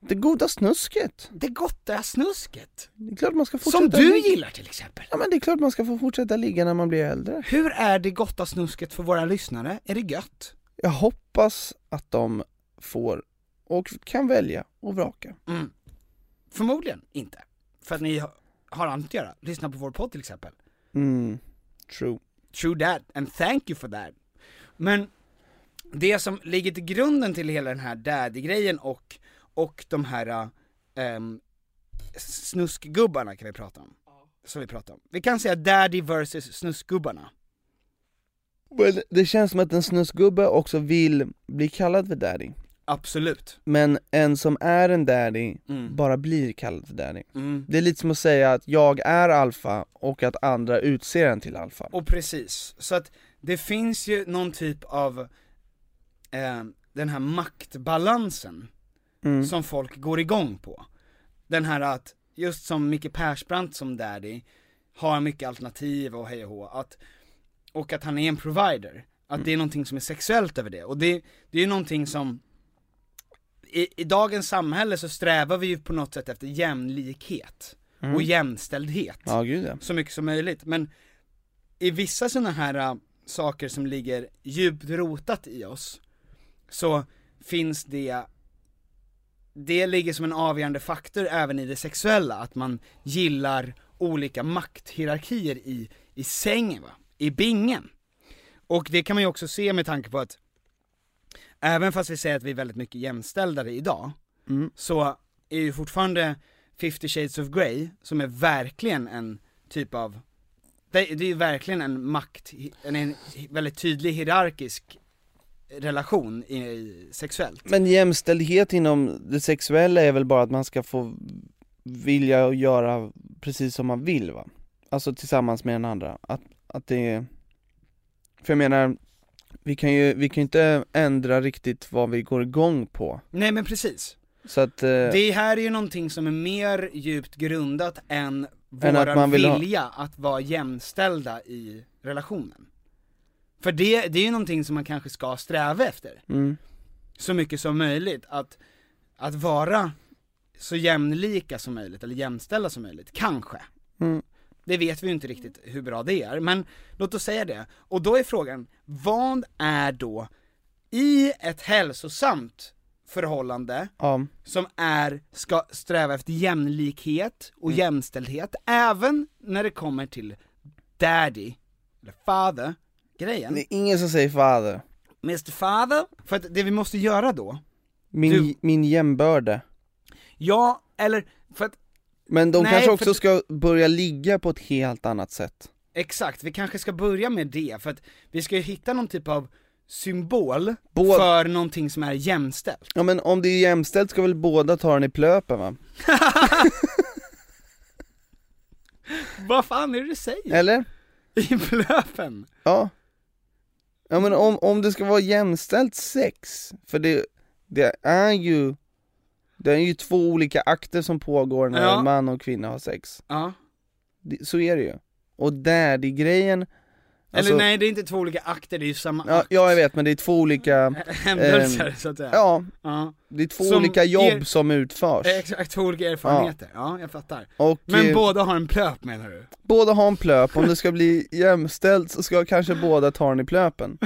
Det goda snusket!
Det gotta snusket!
Det är klart man ska
Som
fortsätta
du
ligga.
gillar till exempel.
Ja men det är klart man ska få fortsätta ligga när man blir äldre.
Hur är det gotta snusket för våra lyssnare? Är det gött?
Jag hoppas att de får och kan välja och vraka.
Mm. Förmodligen inte. För att ni ha- har annat att göra. Lyssna på vår podd till exempel.
Mm, true.
True that, and thank you for that. Men det som ligger till grunden till hela den här daddy-grejen och, och de här um, snuskgubbarna kan vi prata om. Som vi pratar om. Vi kan säga daddy versus snuskgubbarna.
Men det känns som att en snusgubbe också vill bli kallad för daddy.
Absolut.
Men en som är en daddy
Mm.
bara blir kallad för daddy.
Mm.
Det är lite som att säga att jag är alfa och att andra utser en till alfa.
Och precis, så att det finns ju någon typ av eh, den här maktbalansen
Mm.
som folk går igång på. Den här att, just som Micke Persbrandt som daddy, har mycket alternativ och hej och hå, att, och att han är en provider. Att
Mm.
det är någonting som är sexuellt över det, och det, det är ju någonting som i, I dagens samhälle så strävar vi ju på något sätt efter jämlikhet
Mm.
och jämställdhet
Ja, gud ja.
så mycket som möjligt, men i vissa sådana här äh, saker som ligger djupt rotat i oss, så finns det, det ligger som en avgörande faktor även i det sexuella, att man gillar olika makthierarkier i, i sängen va, i bingen. Och det kan man ju också se med tanke på att Även fast vi säger att vi är väldigt mycket jämställda idag Så är ju fortfarande 50 shades of Grey, som är verkligen en typ av Det, det är ju verkligen en makt, en, en väldigt tydlig hierarkisk relation i, sexuellt
Men jämställdhet inom det sexuella är väl bara att man ska få vilja och göra precis som man vill va? Alltså tillsammans med den andra, att, att det är... För jag menar, vi kan ju vi kan ju inte ändra riktigt vad vi går igång på
Nej men precis
Så att... eh,
Det här är ju någonting som är mer djupt grundat än
Än
våran
att man vill ha-
vilja att vara jämställda i relationen. För det, det är ju någonting som man kanske ska sträva efter,
mm.
så mycket som möjligt, att, att vara så jämlika som möjligt, eller jämställda som möjligt, kanske.
Mm.
Det vet vi ju inte riktigt hur bra det är, men låt oss säga det. Och då är frågan, vad är då i ett hälsosamt förhållande
Ja.
som är, ska sträva efter jämlikhet och jämställdhet, även när det kommer till daddy, eller father, grejen.
Det är ingen som säger father
Mr father, för att det vi måste göra då,
Min,
Du-
min jämbörde
ja, eller, för att
Men de
Nej,
kanske
för
också
att-
ska börja ligga på ett helt annat sätt
Exakt, vi kanske ska börja med det, för att vi ska ju hitta någon typ av symbol
Bål.
för någonting som är jämställt.
Ja men om det är jämställt ska väl båda ta den i plöpen va?
Vad fan är det du säger?
Eller?
I plöpen?
Ja Ja men om, om det ska vara jämställt sex, för det, det är ju Det är ju två olika akter som pågår när
Ja.
en man och en kvinna har sex
Ja.
det, Så är det ju Och där, det är grejen alltså-
Eller nej, det är inte två olika akter, det är ju samma
Ja,
akt.
ja jag vet men det är två olika
Händelser,
ehm,
så att säga.
Ja,
Ja.
det är två
Som
olika jobb
ger-
som utförs
Exakt, två olika erfarenheter. Ja, jag fattar.
Och,
Men
eh,
båda har en plöp menar du?
Båda har en plöp, om det ska bli jämställt så ska kanske båda ta den i plöpen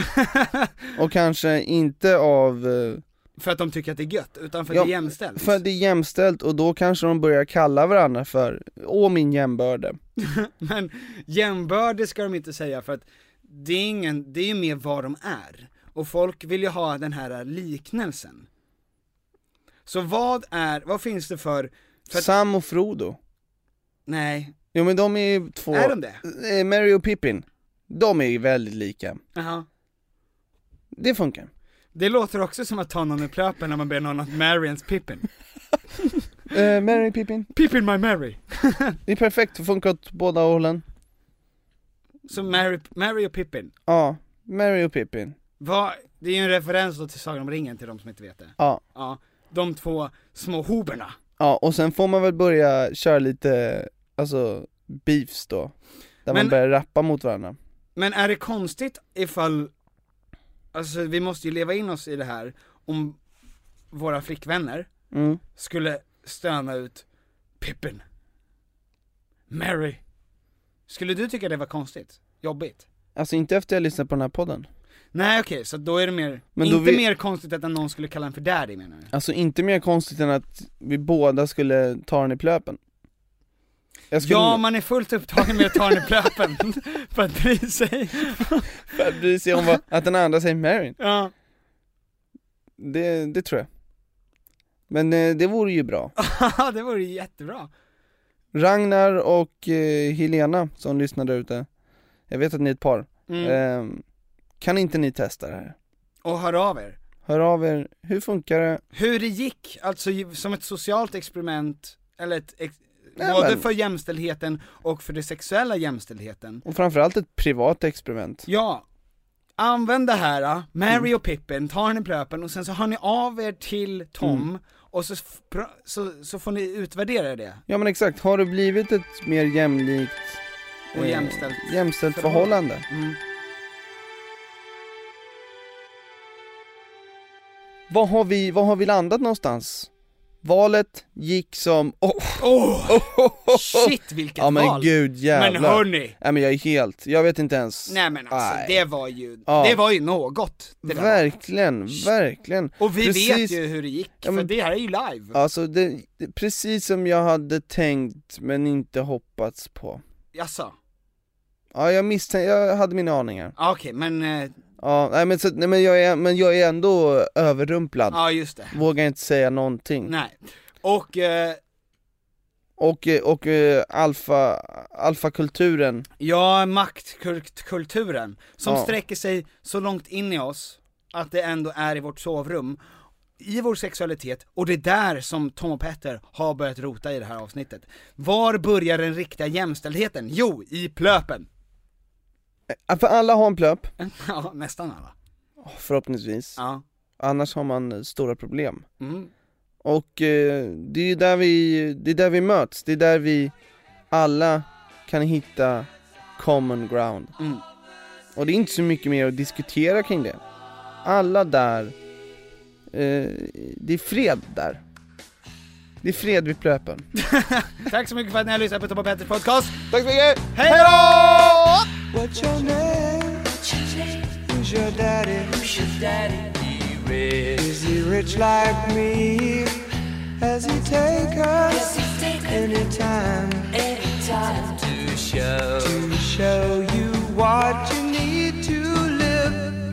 Och kanske inte av... eh,
För att de tycker att det är gött, utan för att
ja,
det är jämställt?
För att det är jämställt och då kanske de börjar kalla varandra för Åh min jämbörde
Men jämbörde ska de inte säga för att det är ingen, det är ju mer vad de är. Och folk vill ju ha den här liknelsen. Så vad är, vad finns det för, för att,
Sam och Frodo
nej,
Jo men de är ju två
Är de det?
Eh, Mary och Pippin De är ju väldigt lika
jaha.
Det funkar
Det låter också som att ta någon i plöpen när man ber någon att marry ens Pippin.
eh, Mary och Pippin
Pippin my Mary.
Det är perfekt, det funkar åt båda hållen
Så Mary, Mary och Pippin,
Ja, Mary och Pippin
vad, det är ju en referens då till Sagan om ringen till de som inte vet det.
Ja
Ja, de två små hoberna.
Ja, och sen får man väl börja köra lite, alltså beefs då. Där
Men-
man börjar rappa mot varandra.
Men är det konstigt ifall, alltså vi måste ju leva in oss i det här, om våra flickvänner
Mm.
skulle stöna ut Pippin, Mary. Skulle du tycka det var konstigt? Jobbigt?
Alltså inte efter jag lyssnat på den här podden.
Nej okej, så då är det mer,
Men då
inte
vi-
mer konstigt än att någon skulle kalla en för daddy menar du?
Alltså inte mer konstigt än att vi båda skulle ta den i plöpen. Jag skulle
Ja, man är fullt upptagen med att ta den i plöpen, för att bry sig.
för att bry sig om vad, att den andra säger Mary.
ja.
Det, det tror jag. Men eh, det vore ju bra.
det vore ju jättebra.
Ragnar och eh, Helena som lyssnar där ute. Jag vet att ni är ett par.
Mm.
Ehm, kan inte ni testa det här?
Och hör av er.
Hör av er, hur funkar det?
hur det gick, alltså ju- som ett socialt experiment, eller ett ex-
Nej,
både
men-
för jämställdheten och för den sexuella jämställdheten.
Och framförallt ett privat experiment.
Ja, använd det här, ah,
Mm.
Mary och Pippin, ta den i plöpen och sen så hör ni av er till Tom,
Mm.
och så, f- pra- så, så får ni utvärdera det.
Ja men exakt, har det blivit ett mer jämlikt eh,
Och jämställt
jämställt
förhållande.
förhållande?
Mm.
Vad har vi, vad har vi landat någonstans? Valet gick som... Oh.
Oh. Shit vilket
Ja men
val!
gud jävlar.
Men hörni!
Ja, men jag är helt, jag vet inte ens.
Nej men alltså,
Nej.
det var ju,
Ja.
det var ju något. Det där.
Verkligen, verkligen.
Och vi vet
Precis-
ju hur det gick,
Ja,
för
men-
det här är ju live.
Alltså det, det, precis som jag hade tänkt men inte hoppats på.
Jaså?
Ja jag misstänkte, jag hade mina aningar
Ja, Okej, men... eh,
Ja, nej men, så, nej, men, jag, är, men jag är ändå överrumplad
Ja, just det.
Vågar inte säga någonting
Nej. Och... Eh,
Och, eh, och eh, alfa, alfakulturen
Ja, maktkulturen, som
Ja.
sträcker sig så långt in i oss att det ändå är i vårt sovrum, i vår sexualitet, och det är där som Tom och Petter har börjat rota i det här avsnittet. Var börjar den riktiga jämställdheten? Jo, i plöpen!
Ja, För alla har en plöp,
Ja, nästan alla.
förhoppningsvis
Ja.
Annars har man eh, stora problem
Mm.
Och eh, det är ju där vi, det är där vi möts, det är där vi alla kan hitta common ground
Mm.
Och det är inte så mycket mer att diskutera kring det Alla där, eh, det är fred där Det är fred vid plöpen
Tack så mycket för att ni har lyssnat på Tom och Petters podcast.
Tack så mycket!
Hej då!
What's your name? Who's your daddy? Who's your daddy? Is he rich like me? Has he take us anytime
to show
to show you what you need to live?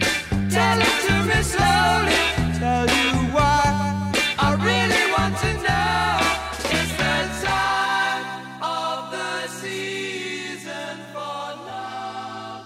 Tell it to me slowly. Tell you why I really want to know. It's the time of the season for love.